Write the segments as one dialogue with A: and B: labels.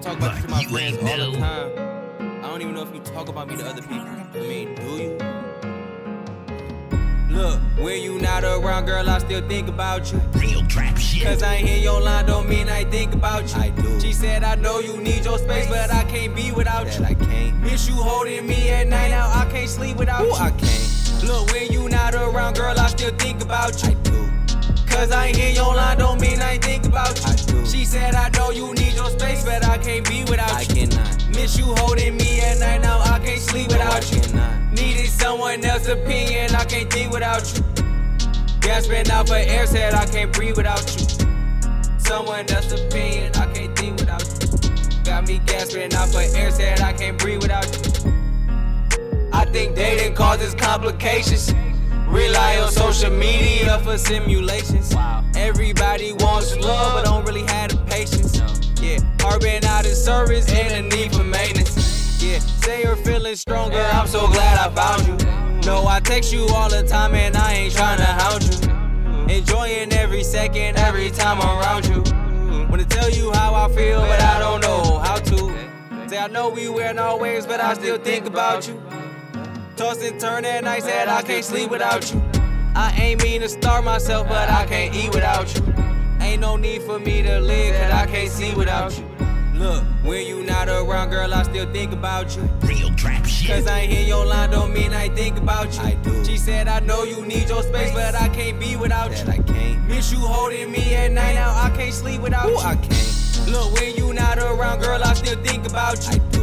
A: talk about you to my
B: Like you
A: friends
B: ain't
A: all the
B: know.
A: time. I don't even know if you talk about me to other people. I mean, do you? Look, when you not around, girl, I still think about you.
B: Real trap shit.
A: Cause I ain't hear your line, don't mean I think about you.
C: I do.
A: She said, I know you need your space, but I can't be without
C: That
A: you.
C: I can't.
A: Miss you holding me at night, now I can't sleep without
C: Ooh,
A: you.
C: I can't.
A: Look, when you not around, girl, I still think about you.
C: I do.
A: Cause I ain't hear your line, don't mean I ain't think about you.
C: I do.
A: She said, I know you need your space, but I can't be without
C: I
A: you.
C: cannot.
A: Miss you holding me at night, now I can't sleep
C: No, I
A: without you.
C: cannot.
A: Needed someone else's opinion, I can't think without you. Gasping out for air, said I can't breathe without you. Someone else's opinion, I can't think without you. Got me gasping out for air, said I can't breathe without you. I think dating causes complications. Rely on social media for simulations.
C: Wow.
A: Everybody wants love, but don't really have the patience. Yeah, harboring out of service and a need for maintenance. Yeah, say you're feeling stronger. I'm so glad I found you. No, I text you all the time, and I ain't tryna hound you. Enjoying every second, every time I'm around you. Wanna tell you how I feel, but I don't know how to. Say I know we wearing our waves, but I still think about you. Toss and turn at night, said I can't sleep without you. I ain't mean to starve myself, but I can't eat without you. Ain't no need for me to live, cause I can't see without you. Look, when you not around, girl, I still think about you.
B: Real trap shit.
A: Cause I ain't hear your line, don't mean I ain't think about you.
C: I do.
A: She said, I know you need your space, but I can't be without
C: That
A: you.
C: I can't.
A: Miss you holding me at night, now I can't sleep without
C: Ooh,
A: you.
C: I can't.
A: Look, when you not around, girl, I still think about you.
C: I do.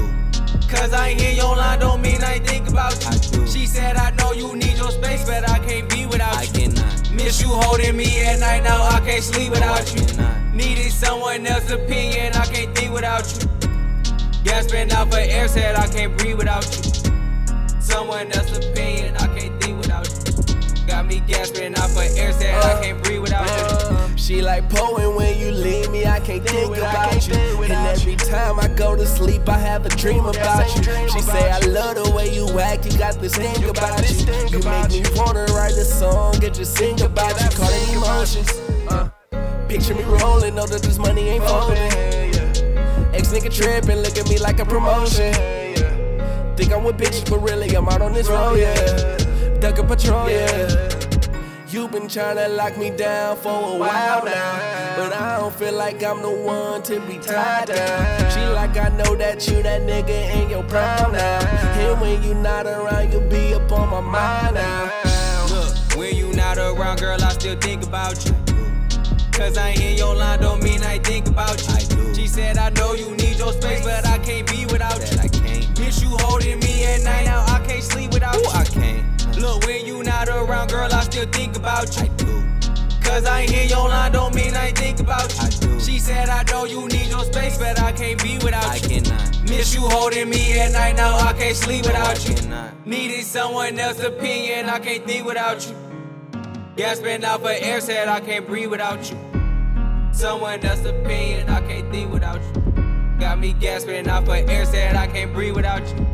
A: Cause I ain't hear your line, don't mean I ain't think about you.
C: I do.
A: She said, I know you need your space, but I can't be without
C: I
A: you.
C: cannot.
A: Miss you holding me at night, now I can't sleep without
C: I
A: you.
C: cannot.
A: Needed someone else's opinion, I can't think without you. Gasping out for air, said I can't breathe without you. Someone else's opinion, I can't think without you. Got me gasping out for air, said I can't breathe without you.
D: She like poeing when you leave me, I can't think about you. And every time I go to sleep, I have a dream about you. She say I love the way you act, you got this thing about you. You make me wanna write a song and just sing about you, calling emotions. Uh, Oh, Picture me rolling, know that this money ain't folding. Ex nigga tripping, look at me like a promotion. Think I'm with bitches, but really I'm out on this road, Oh, yeah. Duck a patrol, yeah. You've been tryna lock me down for a while now. But I don't feel like I'm the Uh, one to be tied down. She like, I know that you that nigga in your prime now. And when you not around, you be up on my mind now.
A: Look, when you not around, girl, I still think about you. Cause I ain't in your line, don't mean I ain't think about you.
C: I do.
A: She said, I know you need your space, but I can't be without
C: That
A: you.
C: I can't.
A: Miss you holding me at night, now I can't sleep without
C: Ooh,
A: you.
C: I can't.
A: Look, when you not around, girl, I still think about
C: I
A: you.
C: do.
A: Cause I ain't hear your line, don't mean I ain't think about you.
C: I do.
A: She said, I know you need your space, but I can't be without
C: I
A: you.
C: cannot.
A: Miss you holding me at night, now I can't sleep
C: I
A: without you.
C: cannot.
A: Needed someone else's opinion, I can't think without you. Gasping out for air, said I can't breathe without you. Someone else's opinion, I can't think without you. Got me gasping out for air, said I can't breathe without you.